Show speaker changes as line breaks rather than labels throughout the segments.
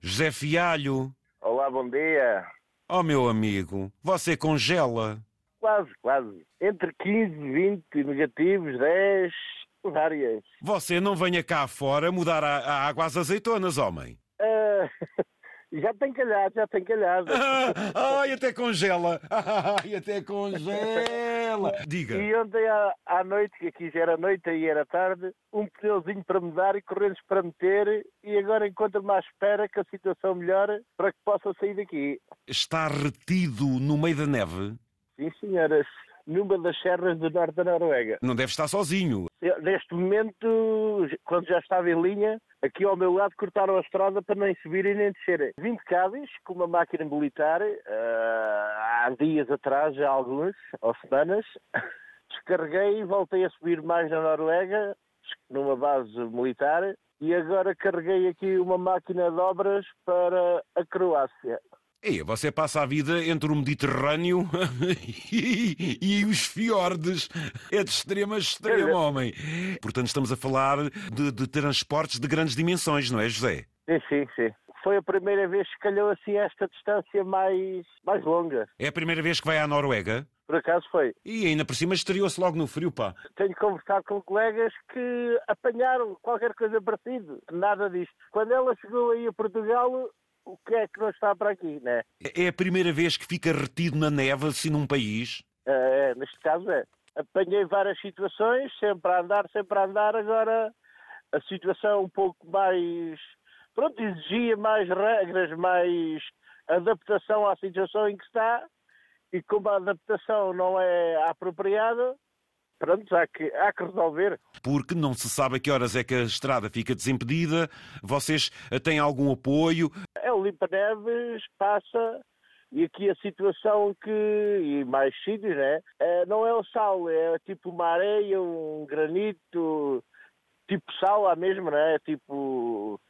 José Fialho,
Olá, bom dia.
oh meu amigo, você congela.
Quase, quase. Entre 15, 20 negativos, 10 várias.
Você não venha cá fora mudar a, a água às azeitonas, homem.
Ah, já tem calhado, já tem calhado.
Ah, ai, até congela. Ai, até congela. Diga.
E ontem à, à noite, que aqui já era noite e era tarde, um pneuzinho para mudar e correntes para meter e agora encontro-me à espera que a situação melhore para que possa sair daqui.
Está retido no meio da neve?
Sim, senhoras, numa das serras do norte da Noruega.
Não deve estar sozinho.
Eu, neste momento, quando já estava em linha, aqui ao meu lado cortaram a estrada para nem subirem nem descerem. Vim de Cádiz com uma máquina militar, ah, há dias atrás, já há alguns, ou semanas, descarreguei e voltei a subir mais na Noruega, numa base militar, e agora carreguei aqui uma máquina de obras para a Croácia.
E você passa a vida entre o Mediterrâneo e, e os fiordes. É de extremo a extremo, homem. Portanto, estamos a falar de, de transportes de grandes dimensões, não é, José?
Sim, sim, sim. Foi a primeira vez que calhou assim esta distância mais, mais longa.
É a primeira vez que vai à Noruega?
Por acaso foi.
E ainda por cima estreou-se logo no frio, pá.
Tenho conversado com colegas que apanharam qualquer coisa parecida. Nada disto. Quando ela chegou aí a Portugal, o que é que não está para aqui, né?
É a primeira vez que fica retido na neve, assim, num país.
É, é, neste caso é. Apanhei várias situações, sempre a andar, sempre a andar. Agora a situação um pouco mais. Pronto, exigia mais regras, mais adaptação à situação em que está. E como a adaptação não é apropriada, pronto, há que, há que resolver.
Porque não se sabe a que horas é que a estrada fica desimpedida. Vocês eh, têm algum apoio?
É o Limpa Neves, passa, e aqui a situação que, e mais sítios, né? Eh, Não é o sal, é tipo uma areia, um granito, tipo sal lá mesmo, né? Tipo,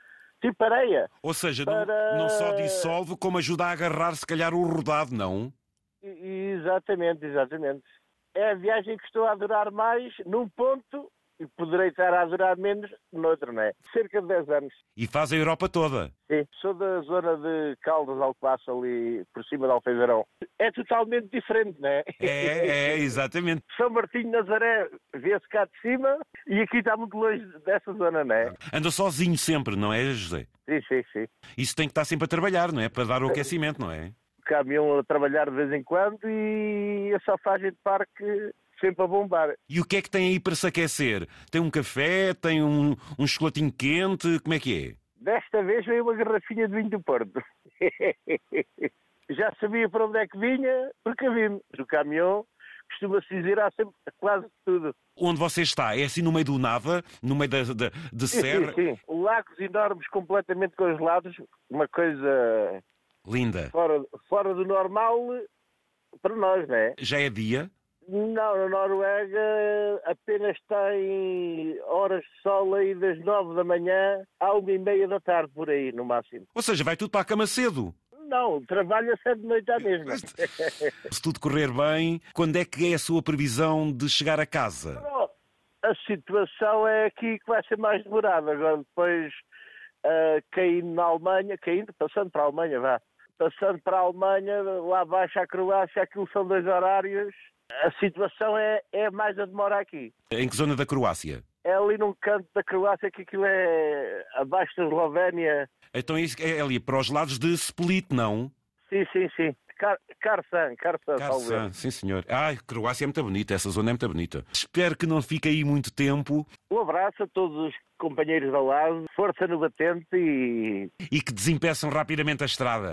tipo areia.
Ou seja, não,
Para-
não só dissolve, como ajuda a agarrar, se calhar, o rodado, não?
E- e Exatamente, exatamente. É a viagem que estou a adorar mais num ponto e poderei estar a adorar menos noutro, né? Cerca de 10 anos.
E faz a Europa toda.
Sim, sou da zona de Caldas Alcobaça, ali por cima de Alfeirão. É totalmente diferente, não é?
É, é, exatamente.
São Martinho de Nazaré vê-se cá de cima e aqui está muito longe dessa zona, não é?
Anda sozinho sempre, não é, José?
Sim, sim, sim.
Isso tem que estar sempre a trabalhar, não é? Para dar o aquecimento, não é?
Caminhão a trabalhar de vez em quando e a safagem de parque sempre a bombar.
E o que é que tem aí para se aquecer? Tem um café? Tem um, um chocolatinho quente? Como é que é?
Desta vez veio uma garrafinha de vinho do Porto. Já sabia para onde é que vinha, porque vi-me. Do caminhão costuma-se dizer há sempre quase tudo.
Onde você está? É assim no meio do nada? No meio da, da, de
Sim,
serra?
sim, sim. Lagos enormes completamente congelados, uma coisa
Linda.
fora, fora do normal para nós, não é?
Já é dia?
Não, na Noruega apenas tem horas de sol aí das nove da manhã à uma e meia da tarde, por aí, no máximo.
Ou seja, vai tudo para a cama cedo.
Não, trabalha-se é de noite à mesma.
Se tudo correr bem, quando é que é a sua previsão de chegar a casa?
Bom, a situação é aqui que vai ser mais demorada. Agora, depois, ah, caindo na Alemanha, caindo, passando para a Alemanha, vá. Passando para a Alemanha, lá abaixo à Croácia, aquilo são dois horários. A situação é, é mais a demora aqui.
Em que zona da Croácia?
É ali num canto da Croácia que aquilo é abaixo da Eslovénia.
Então isso é ali para os lados de Split, não?
Sim, sim, sim. Car Carsan, Carsan, talvez.
Carson, sim senhor. Ai, Croácia é muito bonita, essa zona é muito bonita. Espero que não fique aí muito tempo
Um abraço a todos os companheiros da LAS. Força no batente e
e que desempeçam rapidamente a estrada.